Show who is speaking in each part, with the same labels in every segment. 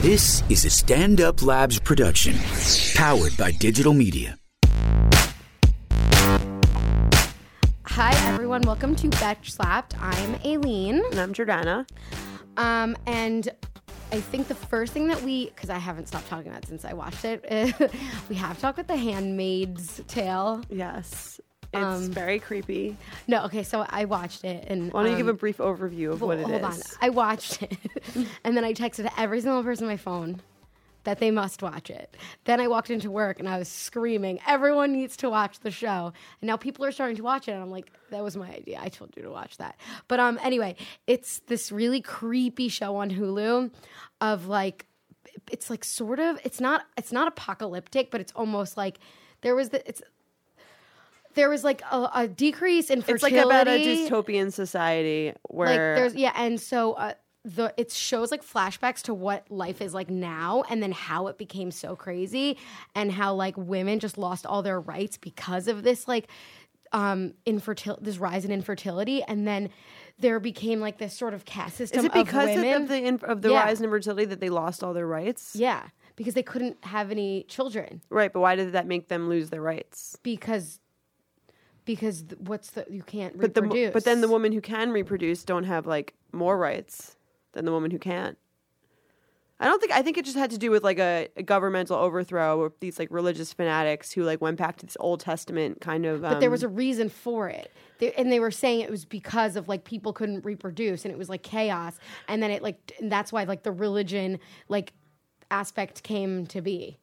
Speaker 1: This is a Stand Up Labs production, powered by digital media.
Speaker 2: Hi everyone, welcome to Betch Slapped. I'm Aileen.
Speaker 3: And I'm Jordana.
Speaker 2: Um, and I think the first thing that we, because I haven't stopped talking about it since I watched it, we have to talk about The Handmaid's Tale.
Speaker 3: Yes. It's
Speaker 2: Um,
Speaker 3: very creepy.
Speaker 2: No, okay, so I watched it, and
Speaker 3: Why don't you give
Speaker 2: um,
Speaker 3: a brief overview of what it is?
Speaker 2: hold on. I watched it, and then I texted every single person on my phone that they must watch it. Then I walked into work and I was screaming, "Everyone needs to watch the show!" And now people are starting to watch it, and I'm like, "That was my idea. I told you to watch that." But um, anyway, it's this really creepy show on Hulu of like it's like sort of it's not it's not apocalyptic but it's almost like there was the, it's there was like a, a decrease in
Speaker 3: It's
Speaker 2: fertility
Speaker 3: like about a dystopian society where
Speaker 2: like there's yeah and so uh, the it shows like flashbacks to what life is like now and then how it became so crazy and how like women just lost all their rights because of this like um infertility this rise in infertility and then there became like this sort of caste system
Speaker 3: is it
Speaker 2: of
Speaker 3: because of,
Speaker 2: women
Speaker 3: the inf- of the
Speaker 2: Yeah.
Speaker 3: rise in fertility that they lost all their rights?
Speaker 2: yeah because they couldn't have any children
Speaker 3: Right, but why did that make them lose their rights?
Speaker 2: because because th- what's the you can't
Speaker 3: But the
Speaker 2: reproduce
Speaker 3: mo- but then the women who can reproduce don't have like more rights than the woman who can't. I don't think I think it just had to do with like a, a governmental overthrow of these like religious fanatics who like went back to this Old Testament kind of. Um,
Speaker 2: but there was a reason for it they, and they were saying it was because of like people couldn't reproduce and it was like chaos and then it like and that's why like the religion like aspect came to be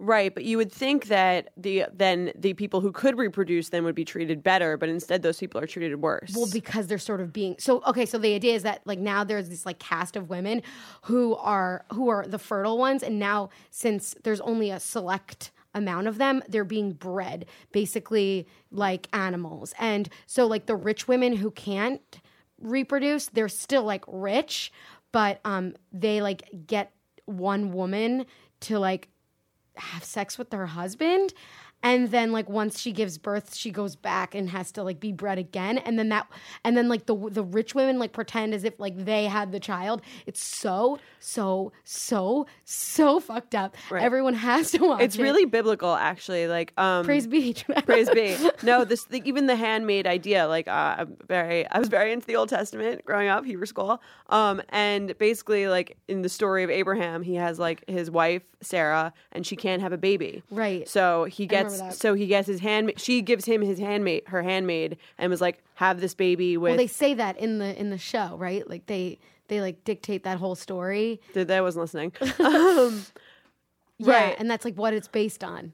Speaker 3: Right, but you would think that the then the people who could reproduce then would be treated better, but instead those people are treated worse.
Speaker 2: well because they're sort of being so okay so the idea is that like now there's this like cast of women who are who are the fertile ones and now since there's only a select amount of them they're being bred basically like animals and so like the rich women who can't reproduce they're still like rich but um they like get one woman to like have sex with her husband and then like once she gives birth she goes back and has to like be bred again and then that and then like the the rich women like pretend as if like they had the child it's so so so so fucked up everyone has to watch
Speaker 3: it's
Speaker 2: it.
Speaker 3: really biblical, actually. Like, um,
Speaker 2: praise be to
Speaker 3: praise be. No, this the, even the handmade idea. Like, uh, I'm very, I was very into the Old Testament growing up, Hebrew school. Um, and basically, like in the story of Abraham, he has like his wife Sarah, and she can't have a baby.
Speaker 2: Right.
Speaker 3: So he gets,
Speaker 2: that.
Speaker 3: so he gets his hand. She gives him his handmaid, her handmaid, and was like, have this baby with.
Speaker 2: well they say that in the in the show right like they they like dictate that whole story
Speaker 3: That I wasn't listening. Um,
Speaker 2: yeah
Speaker 3: Right.
Speaker 2: and that's like what it's based on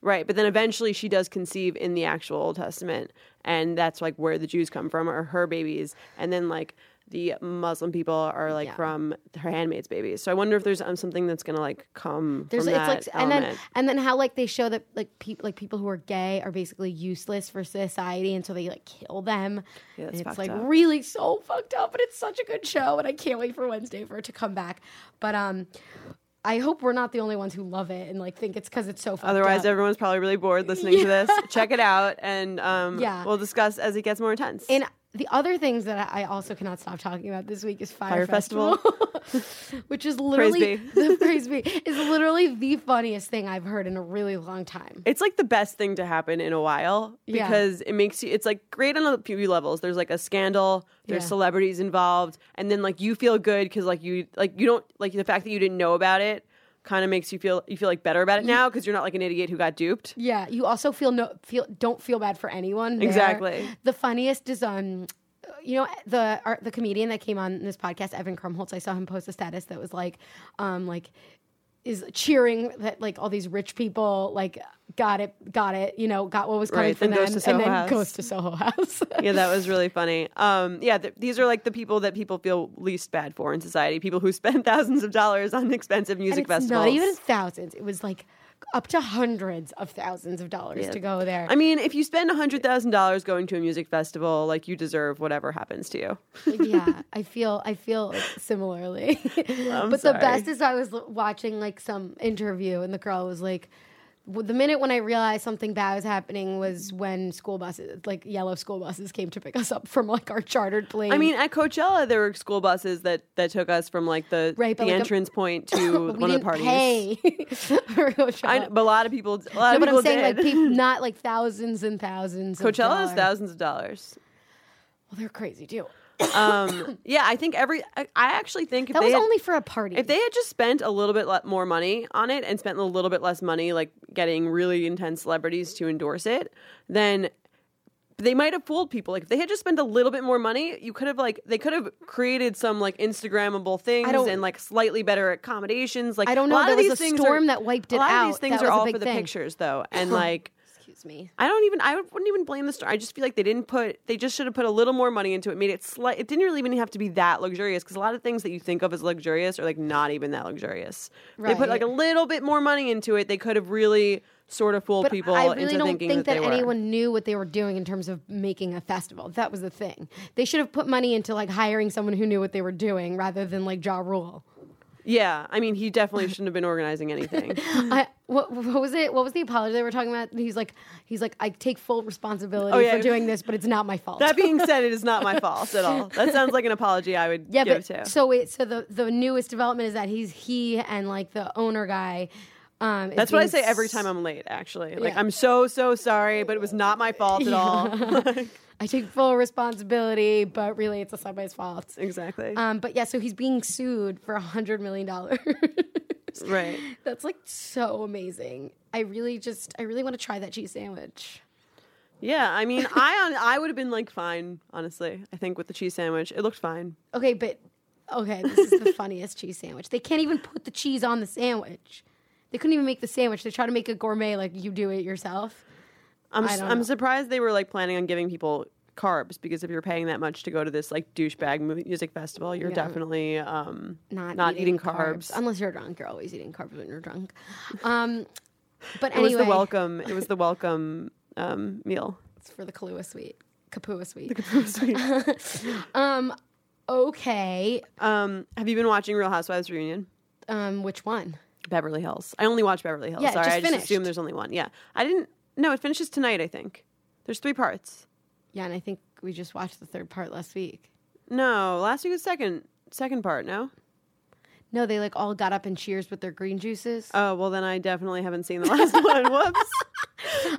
Speaker 3: right, but then eventually she does conceive in the actual Old Testament, and that's like where the Jews come from, are her babies, and then like the Muslim people are like
Speaker 2: Yeah.
Speaker 3: from her handmaid's babies. So I wonder if there's um, something that's gonna like come
Speaker 2: There's
Speaker 3: from
Speaker 2: it's
Speaker 3: that
Speaker 2: like and
Speaker 3: element.
Speaker 2: then and then how like they show that like people like people who are gay are basically useless for society and so they like kill them.
Speaker 3: Yeah, that's
Speaker 2: and it's
Speaker 3: fucked
Speaker 2: like
Speaker 3: up.
Speaker 2: really so fucked up, but it's such a good show and I can't wait for Wednesday for it to come back. But um I hope we're not the only ones who love it and like think it's because it's so fucked
Speaker 3: Otherwise,
Speaker 2: up.
Speaker 3: everyone's probably really bored listening to this. Check it out, and um,
Speaker 2: Yeah.
Speaker 3: we'll discuss as it gets more intense.
Speaker 2: And the other things that I I also cannot stop talking about this week is Fire,
Speaker 3: Fire
Speaker 2: Festival,
Speaker 3: Festival.
Speaker 2: which is literally
Speaker 3: be.
Speaker 2: the praise be is literally the funniest thing I've heard in a really long time.
Speaker 3: it's like the best thing to happen in a while
Speaker 2: Yeah.
Speaker 3: because it makes you it's like great on a few levels there's like a scandal there's
Speaker 2: Yeah.
Speaker 3: celebrities involved and then like you feel good because like you like you don't like the fact that you didn't know about it kind of makes you feel you feel like better about it now because you're not like an idiot who got duped
Speaker 2: Yeah, you also feel no feel don't feel bad for anyone. there.
Speaker 3: Exactly.
Speaker 2: The funniest is um you know the our, the comedian that came on this podcast Evan Krumholtz I saw him post a status that was like um like is cheering that like all these rich people like got it got it you know got what was coming
Speaker 3: Right,
Speaker 2: for
Speaker 3: then
Speaker 2: them
Speaker 3: goes to Soho
Speaker 2: and then
Speaker 3: House.
Speaker 2: goes to Soho House.
Speaker 3: yeah that was really funny um yeah th- these are like the people that people feel least bad for in society people who spend thousands of dollars on expensive
Speaker 2: And
Speaker 3: music
Speaker 2: it's
Speaker 3: festivals
Speaker 2: not even thousands. It was like up to hundreds of thousands of dollars to go there.
Speaker 3: I mean, if you spend $100,000 going to a music festival, like you deserve whatever happens to you.
Speaker 2: yeah, I feel I feel like, similarly. but
Speaker 3: I'm
Speaker 2: the
Speaker 3: sorry.
Speaker 2: best is I was l- watching like some interview and the girl was like w- the minute when I realized something bad was happening was when school buses, like yellow school buses, came to pick us up from like our chartered plane.
Speaker 3: I mean, at Coachella, there were school buses that that took us from like the
Speaker 2: Right, but,
Speaker 3: the
Speaker 2: like, a-
Speaker 3: entrance point to
Speaker 2: But we
Speaker 3: one of the
Speaker 2: didn't
Speaker 3: parties.
Speaker 2: pay. for Coachella.
Speaker 3: I, but a lot of people, a lot
Speaker 2: no,
Speaker 3: of
Speaker 2: but
Speaker 3: people
Speaker 2: I'm saying
Speaker 3: did.
Speaker 2: like people, not like thousands and thousands. of
Speaker 3: Coachella is
Speaker 2: dollars.
Speaker 3: thousands of dollars.
Speaker 2: Well, they're crazy too.
Speaker 3: Um, yeah, I think every. I, I actually think if
Speaker 2: That
Speaker 3: they
Speaker 2: was
Speaker 3: had,
Speaker 2: only for a party.
Speaker 3: if they had just spent a little bit le- more money on it and spent a little bit less money, like getting really intense celebrities to endorse it, then they might have fooled people. Like if they had just spent a little bit more money, you could have like they could have created some like Instagrammable things
Speaker 2: don't-
Speaker 3: and like slightly better accommodations. Like
Speaker 2: I don't
Speaker 3: A
Speaker 2: know.
Speaker 3: lot
Speaker 2: There
Speaker 3: of
Speaker 2: was
Speaker 3: these
Speaker 2: a
Speaker 3: things
Speaker 2: storm
Speaker 3: are,
Speaker 2: that wiped it
Speaker 3: a lot of these
Speaker 2: out.
Speaker 3: things
Speaker 2: That
Speaker 3: are
Speaker 2: was a
Speaker 3: all
Speaker 2: big
Speaker 3: for the
Speaker 2: thing.
Speaker 3: pictures though, and like.
Speaker 2: Excuse me.
Speaker 3: I don't even. I wouldn't even blame the store. I just feel like they didn't put. They just should have put a little more money into it. Made it slight. It didn't really even have to be that luxurious because a lot of things that you think of as luxurious are like not even that luxurious. If They put like a
Speaker 2: Right.
Speaker 3: little bit more money into it. They could have really sort of fooled
Speaker 2: But
Speaker 3: people
Speaker 2: I really
Speaker 3: into
Speaker 2: don't
Speaker 3: thinking
Speaker 2: think
Speaker 3: that,
Speaker 2: that,
Speaker 3: they
Speaker 2: anyone knew what they were doing in terms of making a festival. That was the thing. They should have put money into like hiring someone who knew what they were doing rather than like Ja Rule.
Speaker 3: Were. Yeah, I mean, he definitely shouldn't have been organizing anything.
Speaker 2: I, what, what was it? What was the apology they were talking about? He's like, he's like, I take full responsibility
Speaker 3: Oh, yeah.
Speaker 2: for doing this, but it's not my fault.
Speaker 3: that being said, it is not my fault at all. That sounds like an apology I would
Speaker 2: yeah,
Speaker 3: give
Speaker 2: but
Speaker 3: to.
Speaker 2: so wait, so the the newest development is that he's he and like the owner guy. Um, is
Speaker 3: That's what I
Speaker 2: being
Speaker 3: say every time I'm late. Actually, like I'm so so sorry, but it was not my fault at all.
Speaker 2: I take full responsibility, but really it's the subway's fault.
Speaker 3: exactly.
Speaker 2: Um, but yeah, so he's being sued for a hundred million dollars.
Speaker 3: right.
Speaker 2: That's like so amazing. I really just, I really want to try that cheese sandwich.
Speaker 3: Yeah, I mean, I on, I would have been like fine, honestly. I think with the cheese sandwich, it looked fine.
Speaker 2: Okay, but okay, this is the funniest cheese sandwich. They can't even put the cheese on the sandwich. They couldn't even make the sandwich. They try to make a gourmet like you do it yourself.
Speaker 3: I'm
Speaker 2: I
Speaker 3: s-
Speaker 2: don't
Speaker 3: I'm
Speaker 2: know.
Speaker 3: surprised they were like planning on giving people carbs because if you're paying that much to go to this like douchebag mu- music festival, you're definitely um
Speaker 2: Not
Speaker 3: eating, carbs.
Speaker 2: unless you're drunk. You're always eating carbs when you're drunk. Um, but
Speaker 3: It was
Speaker 2: anyway,
Speaker 3: the welcome. It was the welcome um meal.
Speaker 2: it's for the Kahlua sweet, Kapua sweet.
Speaker 3: Sweet.
Speaker 2: Um, okay,
Speaker 3: um, have you been watching Real Housewives reunion?
Speaker 2: um, which one?
Speaker 3: Beverly Hills. I only watch Beverly Hills.
Speaker 2: Yeah, it
Speaker 3: Sorry,
Speaker 2: just
Speaker 3: I just
Speaker 2: finished.
Speaker 3: assume there's only one. Yeah, I didn't. No, it finishes tonight. I think there's three parts.
Speaker 2: Yeah, and I think we just watched the third part last week.
Speaker 3: No, last week was second second part. No.
Speaker 2: No, they like all got up and cheers with their green juices.
Speaker 3: Oh well, then I definitely haven't seen the last one. Whoops.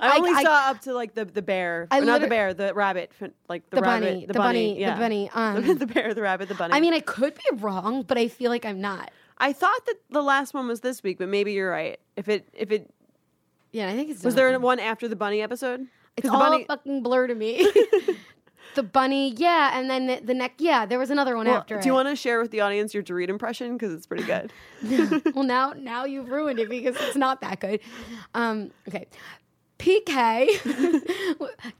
Speaker 3: I
Speaker 2: I-
Speaker 3: only
Speaker 2: I-
Speaker 3: saw up to like the the bear,
Speaker 2: I
Speaker 3: or not the
Speaker 2: liter-
Speaker 3: bear, the rabbit, fin- like the,
Speaker 2: The
Speaker 3: rabbit,
Speaker 2: bunny,
Speaker 3: the,
Speaker 2: the
Speaker 3: bunny,
Speaker 2: bunny, the
Speaker 3: yeah.
Speaker 2: bunny,
Speaker 3: the,
Speaker 2: um,
Speaker 3: bear, the rabbit, the bunny.
Speaker 2: I mean, I could be wrong, but I feel like I'm not.
Speaker 3: I thought that the last one was this week, but maybe you're right. If it, if it
Speaker 2: Yeah, I think it's
Speaker 3: was
Speaker 2: done.
Speaker 3: there one after the bunny episode? 'Cause
Speaker 2: It's
Speaker 3: the
Speaker 2: all
Speaker 3: bunny-
Speaker 2: a fucking blur to me. the bunny, yeah, and then the, the neck, yeah. There was another one
Speaker 3: Well,
Speaker 2: after.
Speaker 3: do you
Speaker 2: it.
Speaker 3: want to share with the audience your Dorit impression because it's pretty good?
Speaker 2: well, now now you've ruined it because it's not that good. Um, okay. PK,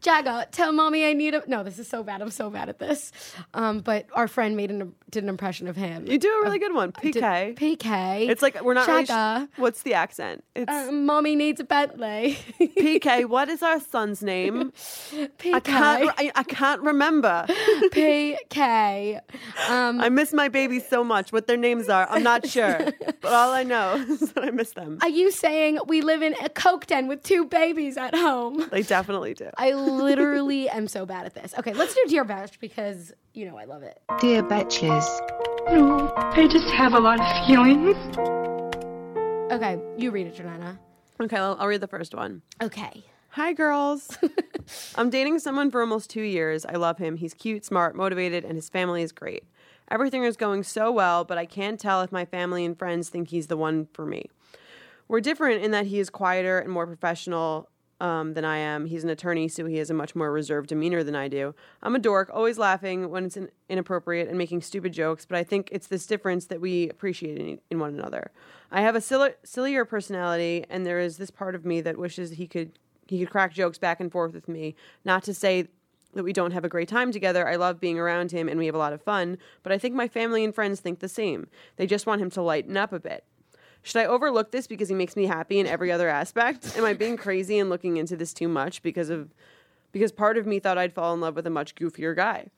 Speaker 2: Jaga, tell mommy I need a. No, this is so bad. I'm so bad at this. Um, but our friend made an did an impression of him.
Speaker 3: you do a really good one,
Speaker 2: Um, Did-
Speaker 3: PK.
Speaker 2: PK.
Speaker 3: it's like we're not really.
Speaker 2: Jaga.
Speaker 3: sh- what's the accent? It's
Speaker 2: uh, mommy needs a Bentley.
Speaker 3: PK. What is our son's name? I can't.
Speaker 2: PK.
Speaker 3: re- I, I can't remember.
Speaker 2: PK. Um,
Speaker 3: I miss my babies so much. What their names are, I'm not sure. but all I know is that I miss them.
Speaker 2: are you saying we live in a coke den with two babies at home?
Speaker 3: they definitely do.
Speaker 2: I literally am so bad at this. Okay, let's do Dear Bash because you know I love it.
Speaker 4: Dear Betches,
Speaker 5: No, I just have a lot of feelings.
Speaker 2: Okay, you read it, Jordana.
Speaker 3: okay, I'll, I'll read the first one.
Speaker 2: Okay.
Speaker 3: Hi, girls. I'm dating someone for almost two years. I love him. He's cute, smart, motivated, and his family is great. Everything is going so well, but I can't tell if my family and friends think he's the one for me. We're different in that he is quieter and more professional um, than I am. He's an attorney, so he has a much more reserved demeanor than I do. I'm a dork, always laughing when it's in- inappropriate and making stupid jokes, but I think it's this difference that we appreciate in, in one another. I have a silly, sillier personality, and there is this part of me that wishes he could he could crack jokes back and forth with me. Not to say that we don't have a great time together. I love being around him and we have a lot of fun, but I think my family and friends think the same. They just want him to lighten up a bit. Should I overlook this because he makes me happy in every other aspect? Am I being crazy and looking into this too much because of because part of me thought I'd fall in love with a much goofier guy?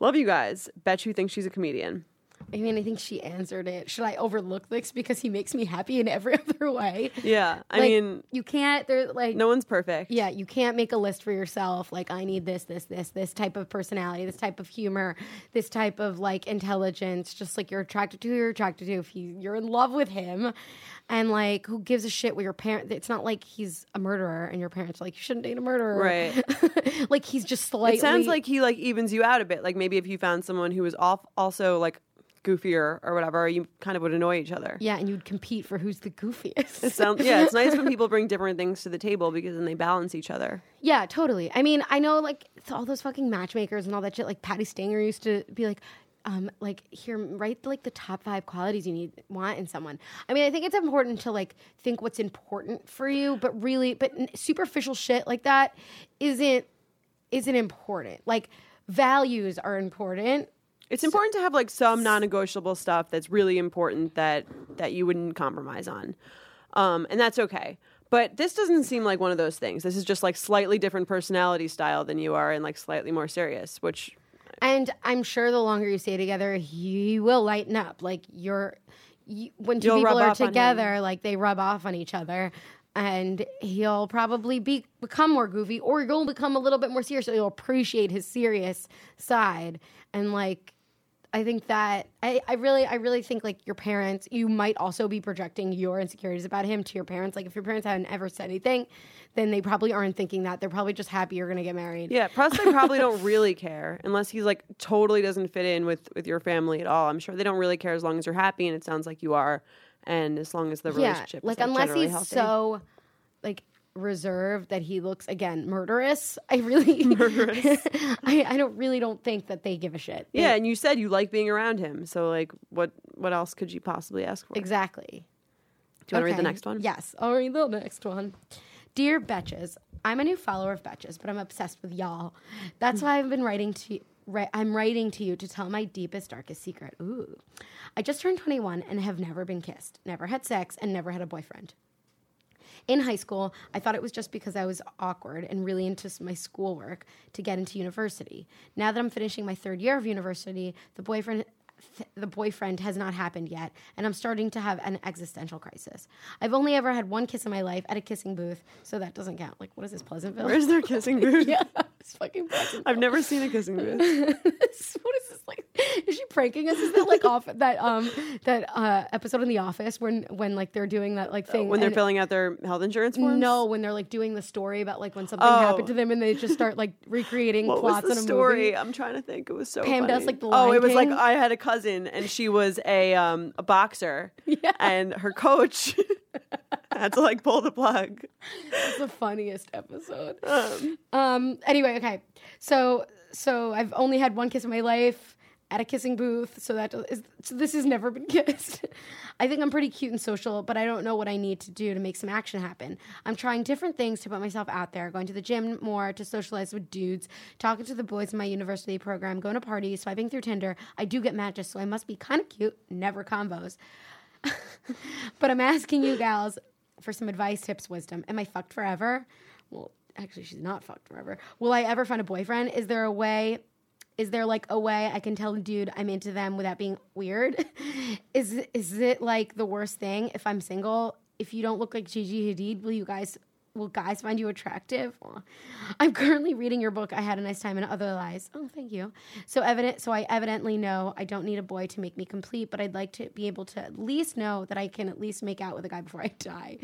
Speaker 3: Love you guys. Bet you think she's a comedian.
Speaker 2: I mean, I think she answered it. Should I overlook this because he makes me happy in every other way?
Speaker 3: Yeah, I
Speaker 2: Like,
Speaker 3: mean,
Speaker 2: you can't. There's like
Speaker 3: no one's perfect.
Speaker 2: Yeah, you can't make a list for yourself. Like, I need this, this, this, this type of personality, this type of humor, this type of like intelligence. Just like you're attracted to, who you're attracted to. If you, you're in love with him, and like, who gives a shit what your parent? It's not like he's a murderer, and your parents are like, you shouldn't date a murderer,
Speaker 3: Right.
Speaker 2: like he's just slightly.
Speaker 3: It sounds like he like evens you out a bit. Like maybe if you found someone who was off also like goofier or whatever, you kind of would annoy each other.
Speaker 2: yeah, and you'd compete for who's the goofiest.
Speaker 3: It sounds yeah, it's nice when people bring different things to the table because then they balance each other.
Speaker 2: Yeah, totally. I mean, I know like th- all those fucking matchmakers and all that shit. Like Patty Stanger used to be like, um, like here, write like the top five qualities you need want in someone. I mean, I think it's important to like think what's important for you, but really, but n- superficial shit like that isn't isn't important. Like values are important.
Speaker 3: It's important to have like some non-negotiable stuff that's really important that that you wouldn't compromise on, um, and that's okay. But this doesn't seem like one of those things. This is just like slightly different personality style than you are, and like slightly more serious. Which
Speaker 2: And I'm sure the longer you stay together, you will lighten up. Like you're, you, when 2
Speaker 3: You'll
Speaker 2: people
Speaker 3: rub
Speaker 2: are
Speaker 3: off on him.
Speaker 2: together, like they rub off on each other, and he'll probably be become more goofy, or you'll become a little bit more serious. So you'll appreciate his serious side, and like. I think that I, I really I really think like your parents you might also be projecting your insecurities about him to your parents. Like if your parents haven't ever said anything, then they probably aren't thinking that. They're probably just happy you're gonna get married.
Speaker 3: yeah, plus they probably don't really care unless he's like totally doesn't fit in with with your family at all. I'm sure they don't really care as long as you're happy, and it sounds like you are, and as long as the relationship
Speaker 2: like
Speaker 3: is like,
Speaker 2: unless
Speaker 3: generally
Speaker 2: he's
Speaker 3: healthy.
Speaker 2: so like reserved that he looks again murderous. I really I, I don't really don't think that they give a shit. They-
Speaker 3: yeah, and you said you like being around him, so like what what else could you possibly ask for?
Speaker 2: exactly.
Speaker 3: Do you want to read
Speaker 2: Okay.
Speaker 3: the next one?
Speaker 2: Yes, I'll read the next one. Dear Betches, I'm a new follower of Betches, but I'm obsessed with y'all. That's why I've been writing to you. Right, I'm writing to you to tell my deepest, darkest secret. Ooh. I just turned 21 and have never been kissed, never had sex, and never had a boyfriend. In high school, I thought it was just because I was awkward and really into s- my schoolwork to get into university. Now that I'm finishing my third year of university, the boyfriend th- the boyfriend has not happened yet, and I'm starting to have an existential crisis. I've only ever had one kiss in my life at a kissing booth, so that doesn't count. Like, what is this Pleasantville?
Speaker 3: Where's their kissing booth?
Speaker 2: yeah, it's fucking Pleasantville.
Speaker 3: I've never seen a kissing booth.
Speaker 2: what is this like? Is she pranking us? Is that like off that um that uh episode in The Office when when like they're doing that like thing
Speaker 3: When they're
Speaker 2: and-
Speaker 3: filling out their health insurance forms?
Speaker 2: No, when they're like doing the story about like when something
Speaker 3: Oh.
Speaker 2: happened to them and they just start like recreating
Speaker 3: What was
Speaker 2: plots
Speaker 3: the
Speaker 2: in a
Speaker 3: story?
Speaker 2: movie.
Speaker 3: I'm trying to think. It was so
Speaker 2: Pam
Speaker 3: funny.
Speaker 2: does, like, the
Speaker 3: Oh,
Speaker 2: Lion
Speaker 3: it was like
Speaker 2: King.
Speaker 3: I had a cousin and she was a um a boxer.
Speaker 2: Yeah.
Speaker 3: And her coach had to like pull the plug.
Speaker 2: It's the funniest episode. Um, anyway, okay. So so I've only had one kiss in my life at a kissing booth, so that is so this has never been kissed. I think I'm pretty cute and social, but I don't know what I need to do to make some action happen. I'm trying different things to put myself out there, going to the gym more to socialize with dudes, talking to the boys in my university program, going to parties, swiping through Tinder. I do get matches, so I must be kind of cute, never combos. but I'm asking you gals for some advice, tips, wisdom. Am I fucked forever? Well, actually, she's not fucked forever. Will I ever find a boyfriend? Is there a way? Is there like a way I can tell a dude I'm into them without being weird? is is it like the worst thing if I'm single? If you don't look like Gigi Hadid, will you guys will guys find you attractive? Aw. I'm currently reading your book. I had a nice time and other lies. Oh, thank you. So evident. So I evidently know I don't need a boy to make me complete, but I'd like to be able to at least know that I can at least make out with a guy before I die.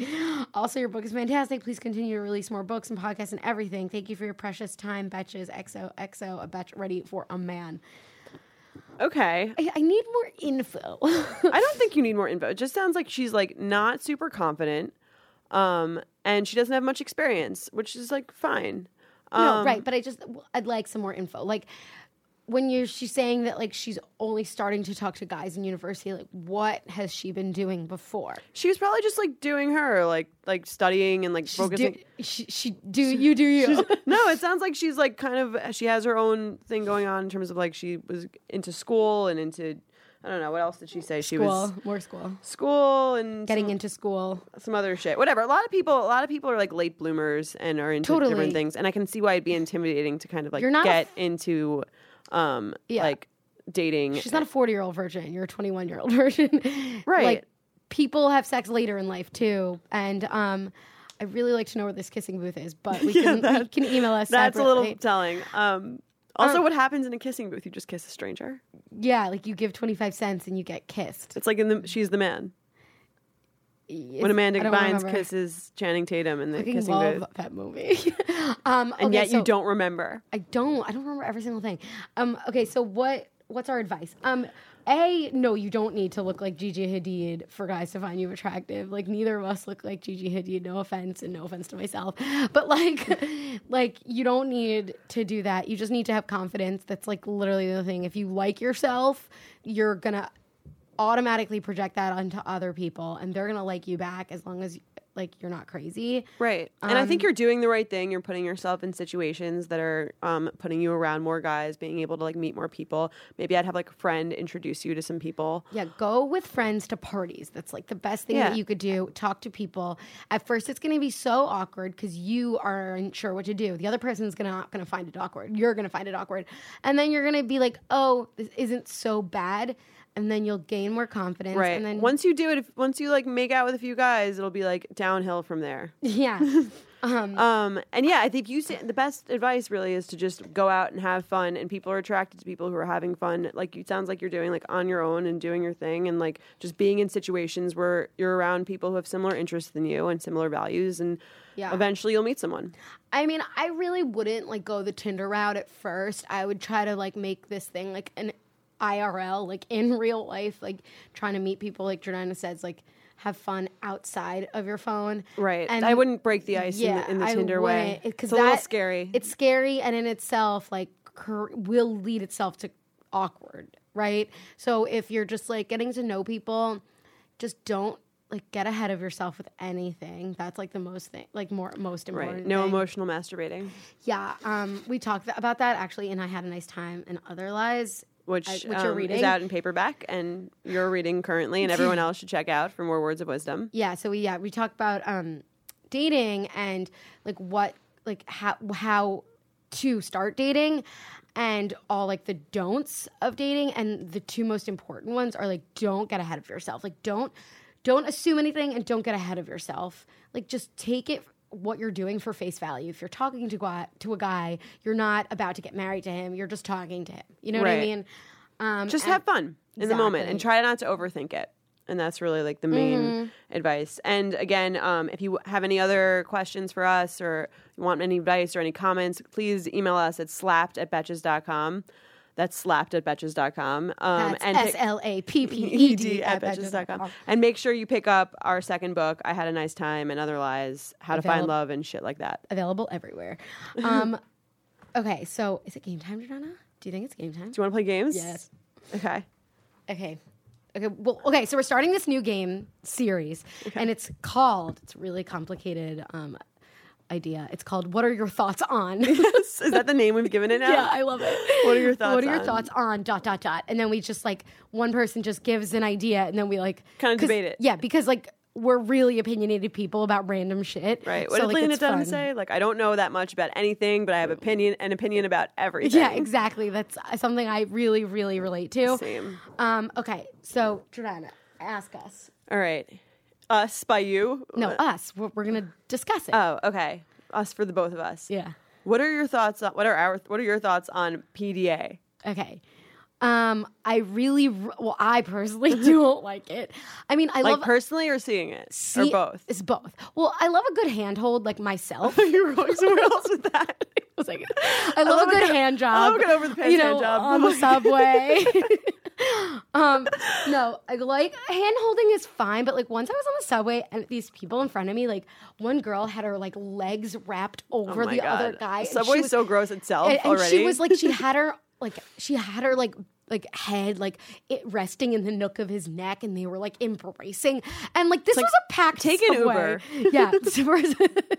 Speaker 2: Also, your book is fantastic. Please continue to release more books and podcasts and everything. Thank you for your precious time, Betches. XOXO, a betch ready for a man.
Speaker 3: Okay.
Speaker 2: I, I need more info.
Speaker 3: I don't think you need more info. It just sounds like she's like not super confident. Um and she doesn't have much experience, which is like fine.
Speaker 2: no, right, but I just I'd like some more info. Like when you she's saying that like she's only starting to talk to guys in university, like what has she been doing before?
Speaker 3: She was probably just like doing her, like like studying and like
Speaker 2: She's
Speaker 3: focusing.
Speaker 2: do, she, she do you do you.
Speaker 3: no, it sounds like she's like kind of she has her own thing going on in terms of like she was into school and into I don't know what else did she say she was
Speaker 2: School, more school.
Speaker 3: school and
Speaker 2: Getting
Speaker 3: some,
Speaker 2: into school.
Speaker 3: some other shit whatever a lot of people a lot of people are like late bloomers and are into
Speaker 2: Totally.
Speaker 3: different things and I can see why it'd be intimidating to kind of like
Speaker 2: You're not a
Speaker 3: get
Speaker 2: f-
Speaker 3: into um
Speaker 2: Yeah.
Speaker 3: like dating.
Speaker 2: She's not a 40 year old virgin. You're a 21 year old virgin.
Speaker 3: Right.
Speaker 2: Like, people have sex later in life too. And um, I really like to know where this kissing booth is, but we, can, we can email us.
Speaker 3: That's a little
Speaker 2: separately.
Speaker 3: telling. Um, also, what happens in a kissing booth? You just kiss a stranger.
Speaker 2: yeah, like you give 25 cents and you get kissed.
Speaker 3: It's like in the she's the man.
Speaker 2: It's-
Speaker 3: When Amanda
Speaker 2: I don't
Speaker 3: Bynes
Speaker 2: remember.
Speaker 3: kisses Channing Tatum in the
Speaker 2: fucking
Speaker 3: kissing
Speaker 2: love
Speaker 3: booth,
Speaker 2: that movie. um,
Speaker 3: and
Speaker 2: okay,
Speaker 3: yet
Speaker 2: so-
Speaker 3: you don't remember.
Speaker 2: I don't. I don't remember every single thing. Um, okay, so what? What's our advice? Um, a no, you don't need to look like Gigi Hadid for guys to find you attractive. Like neither of us look like Gigi Hadid. No offense, and no offense to myself, but like, like you don't need to do that. You just need to have confidence. That's like literally the thing. If you like yourself, you're gonna automatically project that onto other people, and they're gonna like you back as long as like you're not crazy.
Speaker 3: Right. And I
Speaker 2: Um,
Speaker 3: think you're doing the right thing. You're putting yourself in situations that are um, putting you around more guys, being able to like meet more people. Maybe I'd have like a friend introduce you to some people.
Speaker 2: Yeah, go with friends to parties. That's like the best thing
Speaker 3: Yeah.
Speaker 2: that you could do. Talk to people. At first, it's going to be so awkward because you aren't sure what to do. The other person's gonna, not going to find it awkward. You're going to find it awkward. And then you're going to be like, oh, this isn't so bad. And then you'll gain more confidence.
Speaker 3: Right.
Speaker 2: And then,
Speaker 3: once you do it, if, once you like make out with a few guys, it'll be like downhill from there.
Speaker 2: yeah.
Speaker 3: Um, and yeah, I think you say the best advice really is to just go out and have fun. And people are attracted to people who are having fun. Like it sounds like you're doing like on your own and doing your thing, and like just being in situations where you're around people who have similar interests than you and similar values. And
Speaker 2: Yeah.
Speaker 3: eventually, you'll meet someone.
Speaker 2: I mean, I really wouldn't like go the Tinder route at first. I would try to like make this thing like an IRL, like in real life, like trying to meet people. Like Jordana says, like have fun outside of your phone.
Speaker 3: Right. I wouldn't break the ice in the- in the, Tinder way.
Speaker 2: Because
Speaker 3: it's a little scary.
Speaker 2: It's scary, and in itself, like cur- will lead itself to awkward, right? So if you're just like getting to know people, just don't like get ahead of yourself with anything. That's like the most thing, like more most important.
Speaker 3: right. No
Speaker 2: thing.
Speaker 3: emotional masturbating,
Speaker 2: Yeah, um, we talked th- about that actually, and I had a nice time in Other Lies.
Speaker 3: which,
Speaker 2: I- which you're
Speaker 3: um, is
Speaker 2: reading.
Speaker 3: out in paperback, and you're reading currently, and everyone else should check out for more words of wisdom.
Speaker 2: Yeah, so we yeah we talked about um, dating and like what like how how to start dating and all like the don'ts of dating and the two most important ones are like don't get ahead of yourself like don't don't assume anything and don't get ahead of yourself like just take it what you're doing for face value if you're talking to gui- to a guy you're not about to get married to him you're just talking to him you know what i
Speaker 3: Right.
Speaker 2: mean um,
Speaker 3: just
Speaker 2: and-
Speaker 3: have fun in the moment and
Speaker 2: Exactly. Mm-hmm.
Speaker 3: try not to overthink it and that's really like the main advice and again um, if you have any other questions for us or you want any advice or any comments please email us at slapped at betches.com that's slapped at betches.com um,
Speaker 2: That's
Speaker 3: and
Speaker 2: S
Speaker 3: pick-
Speaker 2: L A P P E D
Speaker 3: at
Speaker 2: at
Speaker 3: betches dot com.
Speaker 2: betches.com.
Speaker 3: and make sure you pick up our second book i had a nice time and other lies how to find
Speaker 2: Available-
Speaker 3: love and shit like that
Speaker 2: Available everywhere. Um, okay, so is it game time, Jordana? Do you think it's game time?
Speaker 3: do you want to play games
Speaker 2: Yes.
Speaker 3: okay
Speaker 2: Okay. Okay, well, okay, so we're starting this new game series, and it's called, it's a really complicated um, idea. It's called What Are Your Thoughts On?
Speaker 3: is that the name we've given it now
Speaker 2: yeah, I love it.
Speaker 3: What are your thoughts
Speaker 2: What are your
Speaker 3: on?
Speaker 2: thoughts on dot dot dot? And then we just like one person just gives an idea, and then we like
Speaker 3: Kinda
Speaker 2: 'cause-
Speaker 3: debate it.
Speaker 2: Yeah, because like we're really opinionated people about random shit.
Speaker 3: Right.
Speaker 2: so,
Speaker 3: What did
Speaker 2: like,
Speaker 3: Lena
Speaker 2: it's
Speaker 3: Dunham
Speaker 2: fun.
Speaker 3: say? Like, I don't know that much about anything, but I have opinion an opinion about everything.
Speaker 2: Yeah, exactly. That's uh, something I really, really relate to.
Speaker 3: Same.
Speaker 2: Um, okay, so Jordana, ask us.
Speaker 3: All right. Us by you?
Speaker 2: No, us. We're, we're gonna discuss it.
Speaker 3: Oh, okay. Us for the both of us.
Speaker 2: yeah.
Speaker 3: What are your thoughts on what are our what are your thoughts on PDA?
Speaker 2: Okay. Um, I really, r- well, I personally don't like it. I mean, I
Speaker 3: Like
Speaker 2: love
Speaker 3: personally or seeing it?
Speaker 2: See-
Speaker 3: or both?
Speaker 2: It's both. Well, I love a good handhold, like myself.
Speaker 3: You're going somewhere else with that.
Speaker 2: I was like, I love, a good hand job.
Speaker 3: I love a good over the pants
Speaker 2: you know,
Speaker 3: hand job.
Speaker 2: on the subway. um, no, I like hand holding is fine, but like once I was on the subway and these people in front of me, like one girl had her like legs wrapped over
Speaker 3: Oh my
Speaker 2: the
Speaker 3: God.
Speaker 2: other guy. and she
Speaker 3: Subway's
Speaker 2: was-
Speaker 3: so gross itself
Speaker 2: and, and
Speaker 3: already.
Speaker 2: she was like, she had her like she had her like like head like it resting in the nook of his neck, and they were like embracing, and like this was a packed
Speaker 3: take an
Speaker 2: subway. yeah,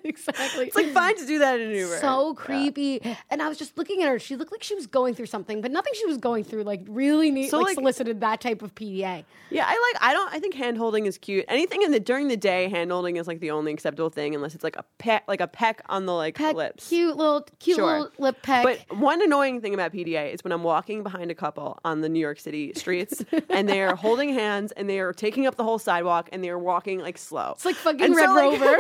Speaker 2: exactly.
Speaker 3: it's like fine to do that in an Uber.
Speaker 2: So creepy. And I was just looking at her. She looked like she was going through something, but nothing she was going through like really neat,
Speaker 3: So,
Speaker 2: like,
Speaker 3: like-
Speaker 2: solicited that type of PDA.
Speaker 3: Yeah, I like. I don't. I think hand holding is cute. Anything in the during the day, hand holding is like the only acceptable thing, unless it's like a peck, like a peck on the like
Speaker 2: Peck,
Speaker 3: lips.
Speaker 2: cute little, cute
Speaker 3: Sure.
Speaker 2: little lip peck.
Speaker 3: But one annoying thing about PDA is when I'm walking behind a couple people on the New York City streets, and they are holding hands, and they are taking up the whole sidewalk, and they are walking like slow. It's
Speaker 2: like fucking Red Rover.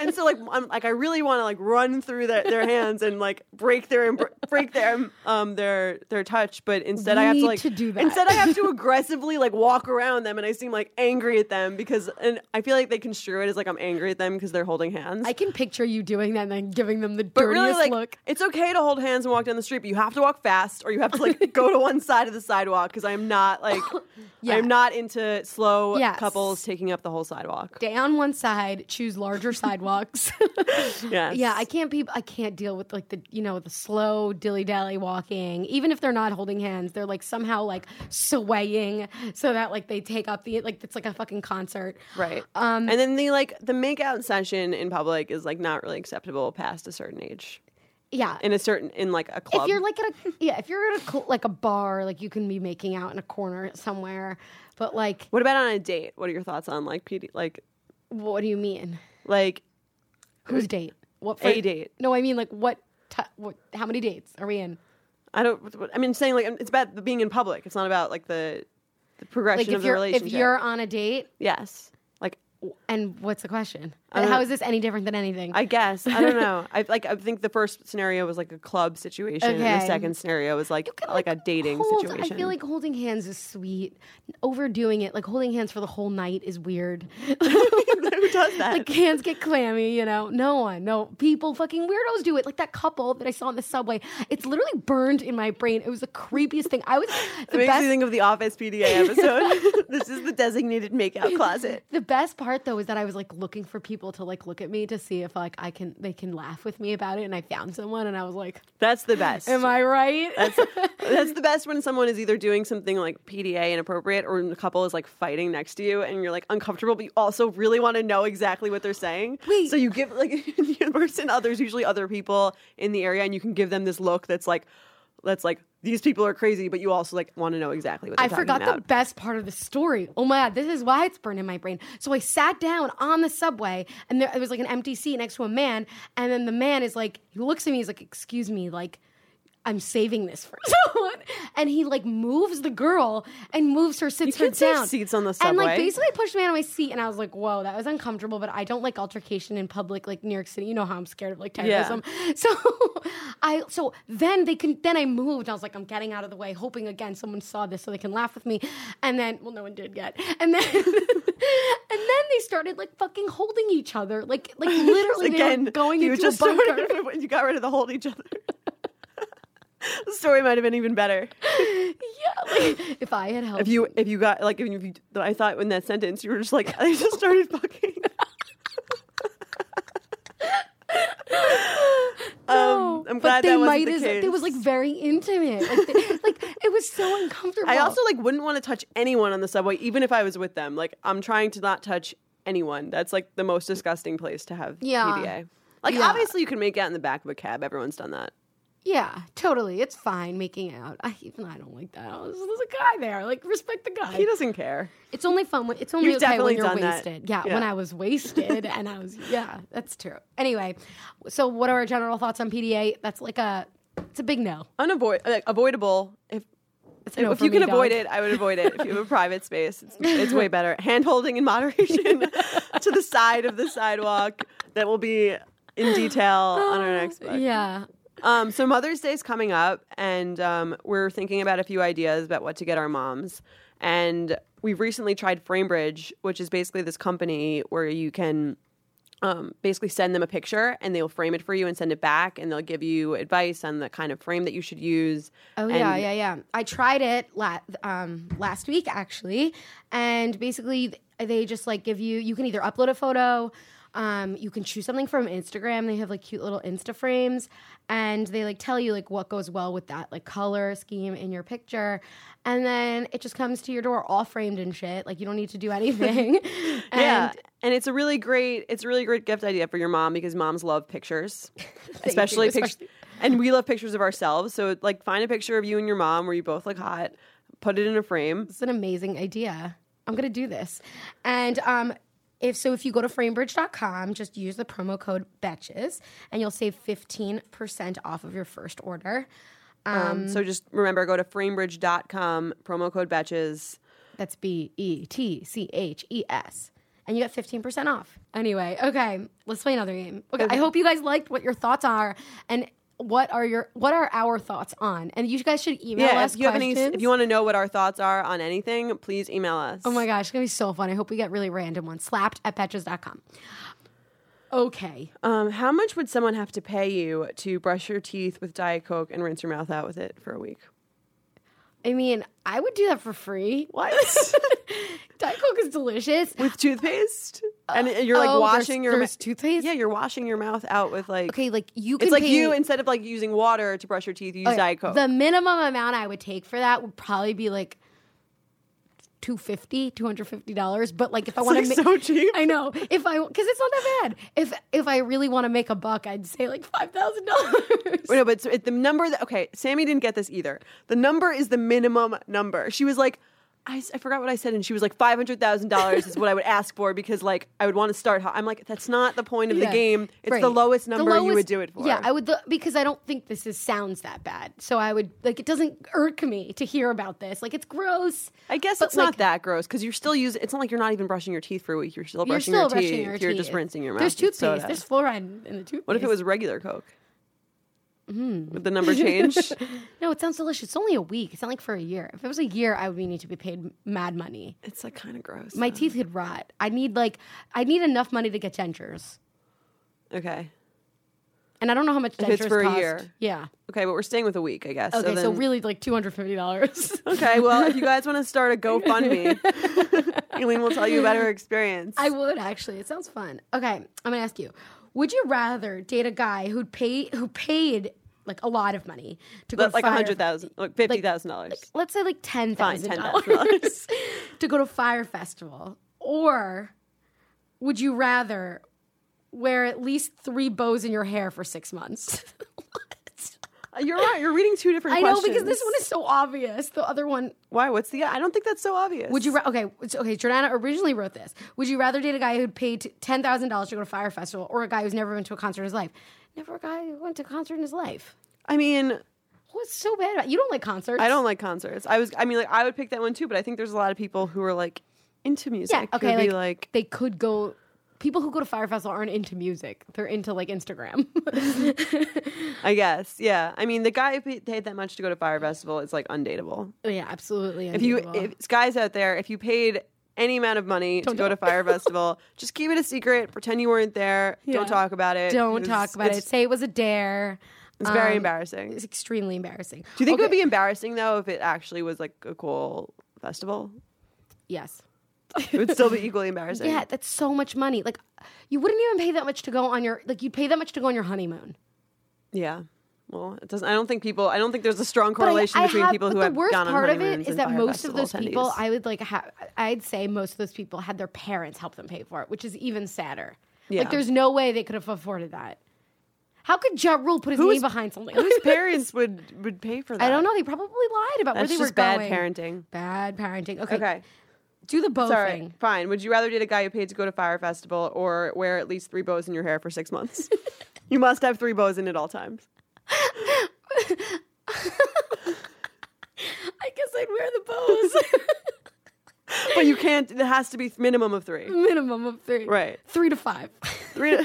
Speaker 3: and so like I'm like I really want to like run through their, their hands and like break their embr- break their um their their touch, but instead I have
Speaker 2: need
Speaker 3: to like
Speaker 2: to do that.
Speaker 3: instead I have to aggressively like walk around them, and I seem like angry at them because and I feel like they construe it as like I'm angry at them because they're holding hands.
Speaker 2: I can picture you doing that and then giving them the
Speaker 3: But
Speaker 2: dirtiest
Speaker 3: really, like,
Speaker 2: look.
Speaker 3: it's okay to hold hands and walk down the street, but you have to walk fast, or you have to like go to one side of the sidewalk because I am not like
Speaker 2: Yeah.
Speaker 3: I am not into slow
Speaker 2: Yes.
Speaker 3: couples taking up the whole sidewalk.
Speaker 2: Stay on one side, choose larger sidewalks.
Speaker 3: Yes.
Speaker 2: Yeah, I can't be. I can't deal with like the you know the slow dilly dally walking. Even if they're not holding hands, they're like somehow like swaying so that like they take up the like it's like a fucking concert.
Speaker 3: right. Um, and then the like the makeout session in public is like not really acceptable past a certain age
Speaker 2: Yeah.
Speaker 3: in a certain in like a club.
Speaker 2: if you're like at a yeah, if you're at a cl- like a bar, like you can be making out in a corner somewhere. But like,
Speaker 3: what about on a date? What are your thoughts on like PD like
Speaker 2: what do you mean?
Speaker 3: like
Speaker 2: Whose date? What
Speaker 3: A date.
Speaker 2: No, I mean like what? T- what? How many dates are we in?
Speaker 3: I don't. I mean, saying like it's about being in public. It's not about like the the progression
Speaker 2: Like if
Speaker 3: of the
Speaker 2: you're if
Speaker 3: relationship.
Speaker 2: you're on a date,
Speaker 3: yes, like
Speaker 2: and what's the question?
Speaker 3: don't
Speaker 2: How
Speaker 3: know.
Speaker 2: is this any different than anything?
Speaker 3: I guess I don't know. I like I think the first scenario was like a club situation, and
Speaker 2: Okay.
Speaker 3: the second scenario was like
Speaker 2: can,
Speaker 3: like, a dating
Speaker 2: hold-
Speaker 3: situation.
Speaker 2: I feel like holding hands is sweet. Overdoing it, like holding hands for the whole night, is weird. Who
Speaker 3: does that?
Speaker 2: Like hands get clammy, you know. No one, no people, fucking weirdos do it. Like that couple that I saw in the subway. It's literally burned in my brain. It was the creepiest thing. I was
Speaker 3: it
Speaker 2: the
Speaker 3: makes
Speaker 2: best.
Speaker 3: me think of the Office PDA episode. this is the designated makeout closet.
Speaker 2: the best part though is that I was like looking for people to like look at me to see if like I can they can laugh with me about it, and I found someone, and I was like,
Speaker 3: That's the best.
Speaker 2: "Am I right?"
Speaker 3: That's the best when someone is either doing something like PDA inappropriate or when the couple is like fighting next to you and you're like uncomfortable, but you also really want to know exactly what they're saying.
Speaker 2: Wait.
Speaker 3: So you give like the person, others, usually other people in the area, and you can give them this look that's like, that's like, these people are crazy, but you also like want to know exactly what they're
Speaker 2: I
Speaker 3: talking
Speaker 2: forgot
Speaker 3: about.
Speaker 2: the best part of the story. Oh my god, this is why it's burned in my brain. So I sat down on the subway, and there, there was like an empty seat next to a man, and then the man is like, he looks at me, he's like, "Excuse me, like." I'm saving this for someone, and he like moves the girl and moves her, sits her
Speaker 3: can't save
Speaker 2: down.
Speaker 3: seats on the
Speaker 2: and like
Speaker 3: subway.
Speaker 2: basically I pushed me out of my seat, and I was like, "Whoa, that was uncomfortable." But I don't like altercation in public, like New York City. You know how I'm scared of like
Speaker 3: Yeah.
Speaker 2: terrorism. So I so then they can then I moved. I was like, I'm getting out of the way, hoping again someone saw this so they can laugh with me. And then well no one did yet. And then and then they started like fucking holding each other. Like like literally they were
Speaker 3: Again,
Speaker 2: going
Speaker 3: you
Speaker 2: into
Speaker 3: just
Speaker 2: a bunker.
Speaker 3: started when you got rid of the hold each other. the story might have been even better.
Speaker 2: yeah, like, if I had helped
Speaker 3: If you if you got like if you I thought in that sentence you were just like I just started fucking.
Speaker 2: No,
Speaker 3: um, I'm
Speaker 2: but
Speaker 3: glad
Speaker 2: they
Speaker 3: that wasn't
Speaker 2: might
Speaker 3: the
Speaker 2: as
Speaker 3: case.
Speaker 2: it was like very intimate. Like, they- like, it was so uncomfortable.
Speaker 3: I also like wouldn't want to touch anyone on the subway, even if I was with them. Like I'm trying to not touch anyone. That's like the most disgusting place to have
Speaker 2: Yeah.
Speaker 3: PDA. Like
Speaker 2: Yeah.
Speaker 3: obviously you can make out in the back of a cab. Everyone's done that.
Speaker 2: Yeah, totally. It's fine making out. I even I don't like that. I was- There's a guy there. Like respect the guy.
Speaker 3: He doesn't care.
Speaker 2: It's only fun when it's only
Speaker 3: You've
Speaker 2: okay when
Speaker 3: definitely
Speaker 2: you're
Speaker 3: done that.
Speaker 2: wasted. Yeah,
Speaker 3: Yeah.
Speaker 2: when I was wasted and I was yeah, that's true. Anyway, so what are our general thoughts on PDA? That's like a it's a big no.
Speaker 3: Unavoid like, avoidable. If
Speaker 2: It's a no
Speaker 3: if
Speaker 2: for
Speaker 3: you
Speaker 2: me,
Speaker 3: can avoid
Speaker 2: dog.
Speaker 3: it, I would avoid it. If you have a private space, it's, it's way better. Hand holding in moderation to the side of the sidewalk. That will be in detail on our next book.
Speaker 2: Yeah.
Speaker 3: Um, so Mother's Day is coming up, and um, we're thinking about a few ideas about what to get our moms. And we've recently tried Framebridge, which is basically this company where you can um, basically send them a picture and they'll frame it for you and send it back, and they'll give you advice on the kind of frame that you should use.
Speaker 2: Oh
Speaker 3: and
Speaker 2: yeah, yeah, yeah. I tried it la- um, last week actually, and basically th- they just like give you you can either upload a photo, um, you can choose something from Instagram. They have like cute little Insta frames, and they like tell you like what goes well with that like color scheme in your picture, and then it just comes to your door all framed and shit. Like you don't need to do anything. and
Speaker 3: yeah, and it's a really great it's a really great gift idea for your mom because moms love pictures, especially,
Speaker 2: do,
Speaker 3: pic-
Speaker 2: especially-
Speaker 3: and we love pictures of ourselves. So like, find a picture of you and your mom where you both look hot, put it in a frame.
Speaker 2: It's an amazing idea. I'm gonna do this. And um, if so, if you go to framebridge.com, just use the promo code Betches, and you'll save 15% off of your first order.
Speaker 3: Um, so just remember, go to framebridge.com, promo code Betches.
Speaker 2: That's B E T C H E S. And you get 15% off. Anyway, okay, let's play another game. Okay, I hope you guys liked what your thoughts are and what are your what are our thoughts on? And you guys should email
Speaker 3: Yeah,
Speaker 2: us
Speaker 3: if you, have any,
Speaker 2: questions.
Speaker 3: if you want to know what our thoughts are on anything, please email us.
Speaker 2: Oh my gosh, it's gonna be so fun. I hope we get really random ones. Slapped at betches.com. Okay.
Speaker 3: Um, how much would someone have to pay you to brush your teeth with Diet Coke and rinse your mouth out with it for a week?
Speaker 2: I mean, I would do that for free.
Speaker 3: What?
Speaker 2: Diet Coke is delicious.
Speaker 3: with toothpaste? And you're like
Speaker 2: oh, there's-
Speaker 3: washing your
Speaker 2: there's toothpaste?
Speaker 3: Yeah, you're washing your mouth out with like
Speaker 2: Okay, like you can
Speaker 3: it's like
Speaker 2: pay
Speaker 3: you
Speaker 2: me-
Speaker 3: instead of like using water to brush your teeth, you use
Speaker 2: Okay,
Speaker 3: Diet Coke.
Speaker 2: The minimum amount I would take for that would probably be like 250 $250 but like if i want to
Speaker 3: like, so cheap.
Speaker 2: i know if i because it's not that bad if if i really want to make a buck i'd say like $5000
Speaker 3: Wait, no, but it's, it, the number that okay, Sammy didn't get this either. The number is the minimum number. She was like, I, s- I forgot what I said, and she was like, five hundred thousand dollars is what I would ask for because like I would want to start. High. I'm like, that's not the point of
Speaker 2: Yeah.
Speaker 3: the game. It's
Speaker 2: Right.
Speaker 3: the lowest number you would
Speaker 2: lowest-
Speaker 3: do it for.
Speaker 2: Yeah, I would because I don't think this is sounds that bad. So I would like it doesn't irk me to hear about this. Like it's gross.
Speaker 3: I guess
Speaker 2: but,
Speaker 3: it's
Speaker 2: like,
Speaker 3: not that gross because you're still using. It's not like you're not even brushing your teeth for a week. You're still
Speaker 2: You're
Speaker 3: brushing
Speaker 2: still
Speaker 3: your
Speaker 2: brushing
Speaker 3: teeth.
Speaker 2: your
Speaker 3: you're
Speaker 2: teeth.
Speaker 3: just rinsing your mouth.
Speaker 2: There's
Speaker 3: with
Speaker 2: toothpaste.
Speaker 3: soda.
Speaker 2: There's fluoride in the toothpaste. Mm-hmm.
Speaker 3: What if it was regular Coke? Would the number change?
Speaker 2: No, it sounds delicious. It's only a week. It's not like for a year. If it was a year, I would need to be paid mad money.
Speaker 3: it's like kind of gross.
Speaker 2: My teeth could rot. I need like I need enough money to get dentures,
Speaker 3: okay.
Speaker 2: and I don't know how much dentures
Speaker 3: If it's for a
Speaker 2: cost.
Speaker 3: year.
Speaker 2: Yeah.
Speaker 3: Okay, but we're staying with a week, I guess.
Speaker 2: Okay, so,
Speaker 3: then-
Speaker 2: really like two hundred fifty dollars.
Speaker 3: Okay, well, if you guys want to start a GoFundMe, Eileen will tell you about her experience.
Speaker 2: I would actually. It sounds fun. Okay, I'm gonna ask you: Would you rather date a guy who'd pay who paid like a lot of money to go
Speaker 3: But, like
Speaker 2: a
Speaker 3: a hundred thousand, like fifty thousand dollars.
Speaker 2: let's say like ten thousand dollars
Speaker 3: $10,000.
Speaker 2: to go to Fire Festival, or would you rather wear at least three bows in your hair for six months? What?
Speaker 3: You're right. You're reading two different.
Speaker 2: I know
Speaker 3: questions.
Speaker 2: because this one is so obvious. The other one,
Speaker 3: Why? What's the? I don't think that's so obvious.
Speaker 2: would you? Ra- okay, it's- okay. Jordana originally wrote this. Would you rather date a guy who'd paid ten thousand dollars to go to Fire Festival, or a guy who's never been to a concert in his life? Never a guy who went to a concert in his life.
Speaker 3: I mean,
Speaker 2: What's so bad about you? Don't like concerts?
Speaker 3: I don't like concerts. I was. I mean, like I would pick that one too. But I think there's a lot of people who are like into music.
Speaker 2: Yeah. Okay.
Speaker 3: Who'd
Speaker 2: Like,
Speaker 3: be like
Speaker 2: they could go. People who go to Fire Festival aren't into music. They're into like Instagram.
Speaker 3: I guess. Yeah. I mean, the guy who paid paid that much to go to Fire Festival is like undateable.
Speaker 2: yeah, absolutely.
Speaker 3: If you,
Speaker 2: unbeatable.
Speaker 3: if guys out there, if you paid any amount of money to go to Fire Festival, just keep it a secret. Pretend you weren't there.
Speaker 2: Yeah.
Speaker 3: Don't talk about it.
Speaker 2: don't
Speaker 3: because
Speaker 2: talk about it.
Speaker 3: it's-
Speaker 2: Say it was a dare.
Speaker 3: It's very
Speaker 2: Um,
Speaker 3: embarrassing.
Speaker 2: It's extremely embarrassing.
Speaker 3: Do you think it would be embarrassing though if it actually was like a cool festival?
Speaker 2: Yes.
Speaker 3: It would still be equally embarrassing.
Speaker 2: Yeah, that's so much money. Like, you wouldn't even pay that much to go on your like. You'd pay that much to go on your honeymoon.
Speaker 3: Yeah. Well, it doesn't. I don't think people. I don't think there's a strong
Speaker 2: But I-
Speaker 3: correlation
Speaker 2: I
Speaker 3: between
Speaker 2: have-
Speaker 3: people
Speaker 2: but
Speaker 3: who
Speaker 2: the
Speaker 3: have
Speaker 2: worst
Speaker 3: gone on
Speaker 2: part of
Speaker 3: honeymoons
Speaker 2: it is
Speaker 3: and
Speaker 2: that
Speaker 3: Fyre
Speaker 2: most of
Speaker 3: Festival
Speaker 2: those people,
Speaker 3: attendees.
Speaker 2: I would like. Ha- I'd say most of those people had their parents help them pay for it, which is even sadder.
Speaker 3: Yeah.
Speaker 2: Like, there's no way they could have afforded that. How could Ja Rule put his
Speaker 3: Who's-
Speaker 2: name behind something?
Speaker 3: whose parents would would pay for that?
Speaker 2: I don't know. They probably lied about
Speaker 3: That's
Speaker 2: where they
Speaker 3: just
Speaker 2: were
Speaker 3: bad
Speaker 2: going.
Speaker 3: parenting.
Speaker 2: Bad parenting. Okay.
Speaker 3: Okay.
Speaker 2: Do the bow
Speaker 3: Sorry.
Speaker 2: thing.
Speaker 3: Fine. Would you rather date a guy who paid to go to Fire Festival or wear at least three bows in your hair for six months? you must have three bows in at all times.
Speaker 2: I guess I'd wear the
Speaker 3: But you can't. It has to be minimum of three.
Speaker 2: bows. Minimum of three.
Speaker 3: Right.
Speaker 2: Three to five.
Speaker 3: Three.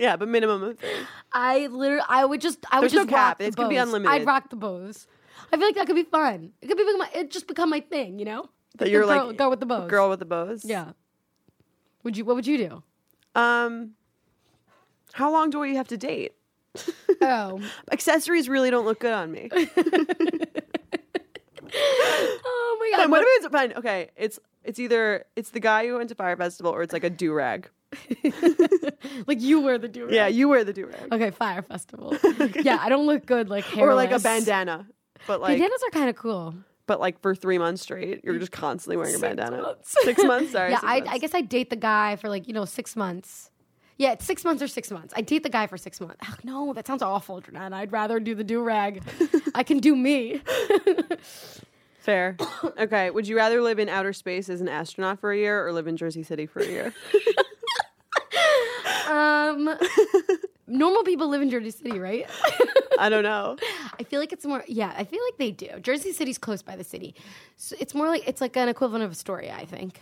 Speaker 3: yeah, but minimum of three.
Speaker 2: I literally, I would just, I
Speaker 3: There's
Speaker 2: would
Speaker 3: no
Speaker 2: just rock
Speaker 3: cap.
Speaker 2: the
Speaker 3: It's
Speaker 2: bows.
Speaker 3: gonna be unlimited.
Speaker 2: I'd rock the bows. I feel like that could be fun. It could be my, it just become my thing, you know.
Speaker 3: That you're
Speaker 2: girl,
Speaker 3: like
Speaker 2: girl with the bows.
Speaker 3: Girl with the bows.
Speaker 2: Yeah. Would you? What would you do?
Speaker 3: Um, how long do you have to date?
Speaker 2: Oh,
Speaker 3: Accessories really don't look good on me.
Speaker 2: oh my god.
Speaker 3: Fine, what if it's fine? Okay, it's it's either it's the guy who went to Fire Festival or it's like a do rag.
Speaker 2: like you wear the do.
Speaker 3: Yeah, you wear the do rag
Speaker 2: Okay, fire festival. Yeah, I don't look good like hairless.
Speaker 3: or like a bandana, but like
Speaker 2: Bandanas are kind of cool.
Speaker 3: but like for three months straight, you're just constantly wearing a bandana.
Speaker 2: months.
Speaker 3: Six months, sorry.
Speaker 2: yeah,
Speaker 3: six
Speaker 2: I,
Speaker 3: months.
Speaker 2: I guess I date the guy for like you know six months. Yeah, it's six months or six months. I date the guy for six months. Ugh, no, that sounds awful, Jordan. I'd rather do the do rag. I can do me.
Speaker 3: fair. okay, would you rather live in outer space as an astronaut for a year or live in Jersey City for a year?
Speaker 2: Um, normal people live in Jersey City, right?
Speaker 3: I don't know.
Speaker 2: I feel like it's more. Yeah, I feel like they do. Jersey City's close by the city, so it's more like it's like an equivalent of Astoria, I think.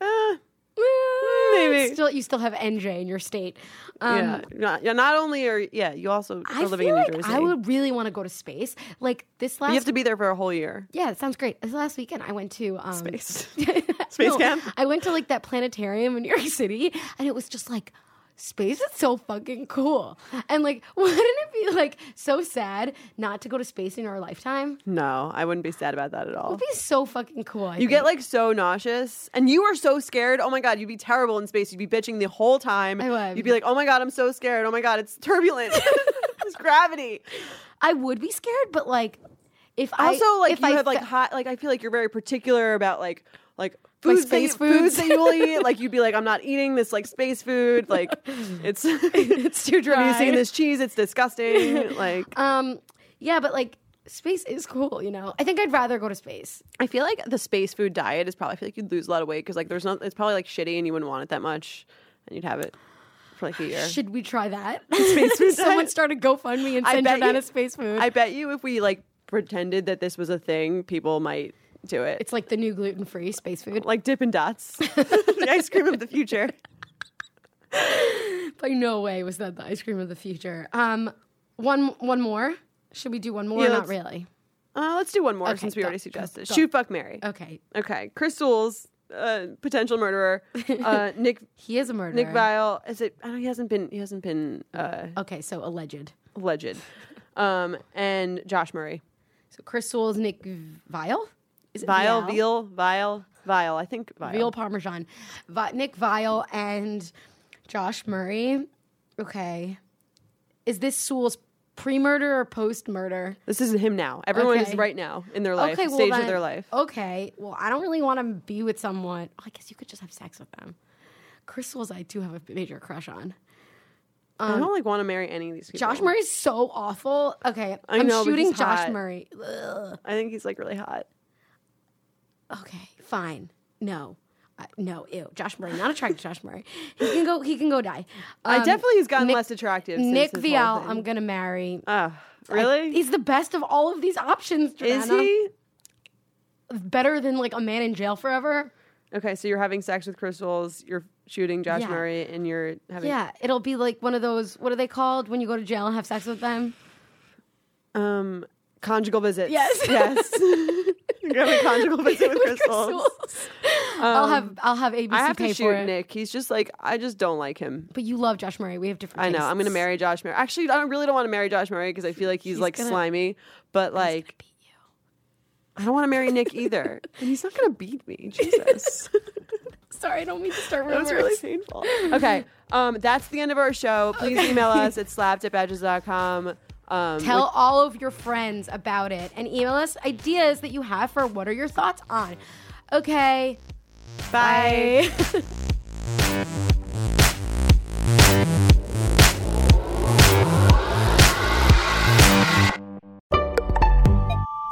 Speaker 3: Uh,
Speaker 2: It's
Speaker 3: Mm, maybe.
Speaker 2: Still, you still have NJ in your state. Um,
Speaker 3: yeah. Not, yeah, not only are yeah, you also are
Speaker 2: I
Speaker 3: living
Speaker 2: feel
Speaker 3: in New
Speaker 2: like
Speaker 3: Jersey.
Speaker 2: I would really want to go to space. Like this last
Speaker 3: you have to be there for a whole year.
Speaker 2: Yeah, that sounds great. This last weekend, I went to um,
Speaker 3: Space.
Speaker 2: No,
Speaker 3: camp?
Speaker 2: I went to like that planetarium in New York City, and it was just like. Space is so fucking cool. And like, wouldn't it be like so sad not to go to space in our lifetime?
Speaker 3: No, I wouldn't be sad about that at all.
Speaker 2: It'd be so fucking cool. I
Speaker 3: You get
Speaker 2: think.
Speaker 3: like so nauseous, and you are so scared. Oh my god, you'd be terrible in space. You'd be bitching the whole time.
Speaker 2: I would.
Speaker 3: You'd be like, oh my god, I'm so scared. Oh my god, it's turbulent. it's gravity.
Speaker 2: I would be scared, but like if I
Speaker 3: Also, like
Speaker 2: if
Speaker 3: you
Speaker 2: I
Speaker 3: have like
Speaker 2: fe-
Speaker 3: hot. Like I feel like you're very particular about like like
Speaker 2: My
Speaker 3: foods
Speaker 2: space
Speaker 3: that you,
Speaker 2: foods.
Speaker 3: that you'll eat. Like you'd be like, I'm not eating this like space food. Like it's
Speaker 2: it's too dry.
Speaker 3: Have you seen this cheese? It's disgusting. Like
Speaker 2: Um, yeah, but like space is cool, you know. I think I'd rather go to space.
Speaker 3: I feel like the space food diet is probably. I feel like you'd lose a lot of weight because like there's not. It's probably like shitty, and you wouldn't want it that much, and you'd have it for like a year.
Speaker 2: Should we try that?
Speaker 3: food
Speaker 2: Someone
Speaker 3: diet?
Speaker 2: started GoFundMe and
Speaker 3: I
Speaker 2: send her
Speaker 3: bet
Speaker 2: down
Speaker 3: you-
Speaker 2: a space food.
Speaker 3: I bet you if we like pretended that this was a thing, people might do it.
Speaker 2: it's like the new gluten free space food
Speaker 3: like Dippin' Dots, the ice cream of the future.
Speaker 2: By no way was that the ice cream of the future. Um, one one more. Should we do one more?
Speaker 3: Yeah,
Speaker 2: or not
Speaker 3: let's-
Speaker 2: really.
Speaker 3: Uh, let's do one more
Speaker 2: Okay,
Speaker 3: since we
Speaker 2: go,
Speaker 3: already
Speaker 2: go,
Speaker 3: suggested.
Speaker 2: go.
Speaker 3: Shoot, fuck, Mary.
Speaker 2: Okay,
Speaker 3: Okay, Crystal's uh, potential murderer, uh, Nick
Speaker 2: he is a murderer.
Speaker 3: Nick Vile. Is it? I don't. He hasn't been. He hasn't been uh,
Speaker 2: Okay, so alleged.
Speaker 3: alleged. Um, and Josh Murray.
Speaker 2: So Chris Sewell's Nick Vile. Is it
Speaker 3: Vile, Veal, Vile, Vile. I think Vile.
Speaker 2: Veal Parmesan. Vi- Nick Vile and Josh Murray. Okay, is this Sewell's pre-murder or post-murder?
Speaker 3: This is him now. Everyone
Speaker 2: Okay.
Speaker 3: is right now in their life,
Speaker 2: okay, well
Speaker 3: stage
Speaker 2: then,
Speaker 3: of their life.
Speaker 2: Okay, well, I don't really want to be with someone. Oh, I guess you could just have sex with them. Crystals, I do have a major crush on.
Speaker 3: I don't like want to marry any of these people.
Speaker 2: um, Josh Murray's so awful. Okay,
Speaker 3: I
Speaker 2: am
Speaker 3: know, but
Speaker 2: shooting
Speaker 3: he's
Speaker 2: Josh
Speaker 3: hot.
Speaker 2: Murray. Ugh.
Speaker 3: I think he's like really hot.
Speaker 2: Okay, fine. No, I, no, ew. Josh Murray, not attracted to Josh Murray. He can go. He can go die.
Speaker 3: I
Speaker 2: Um,
Speaker 3: definitely has gotten
Speaker 2: Nick-
Speaker 3: less attractive. since
Speaker 2: Nick
Speaker 3: his Uh, whole
Speaker 2: Vial,
Speaker 3: thing.
Speaker 2: I'm gonna marry.
Speaker 3: Ah,
Speaker 2: I-
Speaker 3: really?
Speaker 2: he's the best of all of these options.
Speaker 3: is
Speaker 2: Jordana.
Speaker 3: he?
Speaker 2: better than like a man in jail forever?
Speaker 3: Okay, so you're having sex with crystals. You're shooting Josh
Speaker 2: Yeah.
Speaker 3: Murray, and you're having.
Speaker 2: Yeah, it'll be like one of those. What are they called when you go to jail and have sex with them?
Speaker 3: Um, conjugal visits.
Speaker 2: Yes.
Speaker 3: Yes. you're having a conjugal visit with, crystals. Um,
Speaker 2: Crystals. I'll have I'll have ABC
Speaker 3: I have
Speaker 2: pay for
Speaker 3: to shoot
Speaker 2: it.
Speaker 3: Nick. He's just like I just don't like him.
Speaker 2: But you love Josh Murray. We have different.
Speaker 3: I know. I'm gonna
Speaker 2: tastes.
Speaker 3: marry Josh Murray. Actually, I don't really don't want to marry Josh Murray because I feel like he's,
Speaker 2: He's
Speaker 3: like
Speaker 2: gonna-
Speaker 3: slimy. But like,
Speaker 2: Beat you.
Speaker 3: I don't want to marry Nick either. and he's not gonna beat me. Jesus.
Speaker 2: Sorry, I don't mean to start
Speaker 3: That was really
Speaker 2: rumors.
Speaker 3: painful. Okay. Um, that's the end of our show. Please email us at slappedbatbadges.com. Um,
Speaker 2: Tell all of your friends about it and email us ideas that you have for what are your thoughts on. Okay,
Speaker 3: with-
Speaker 2: bye.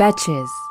Speaker 4: Betches.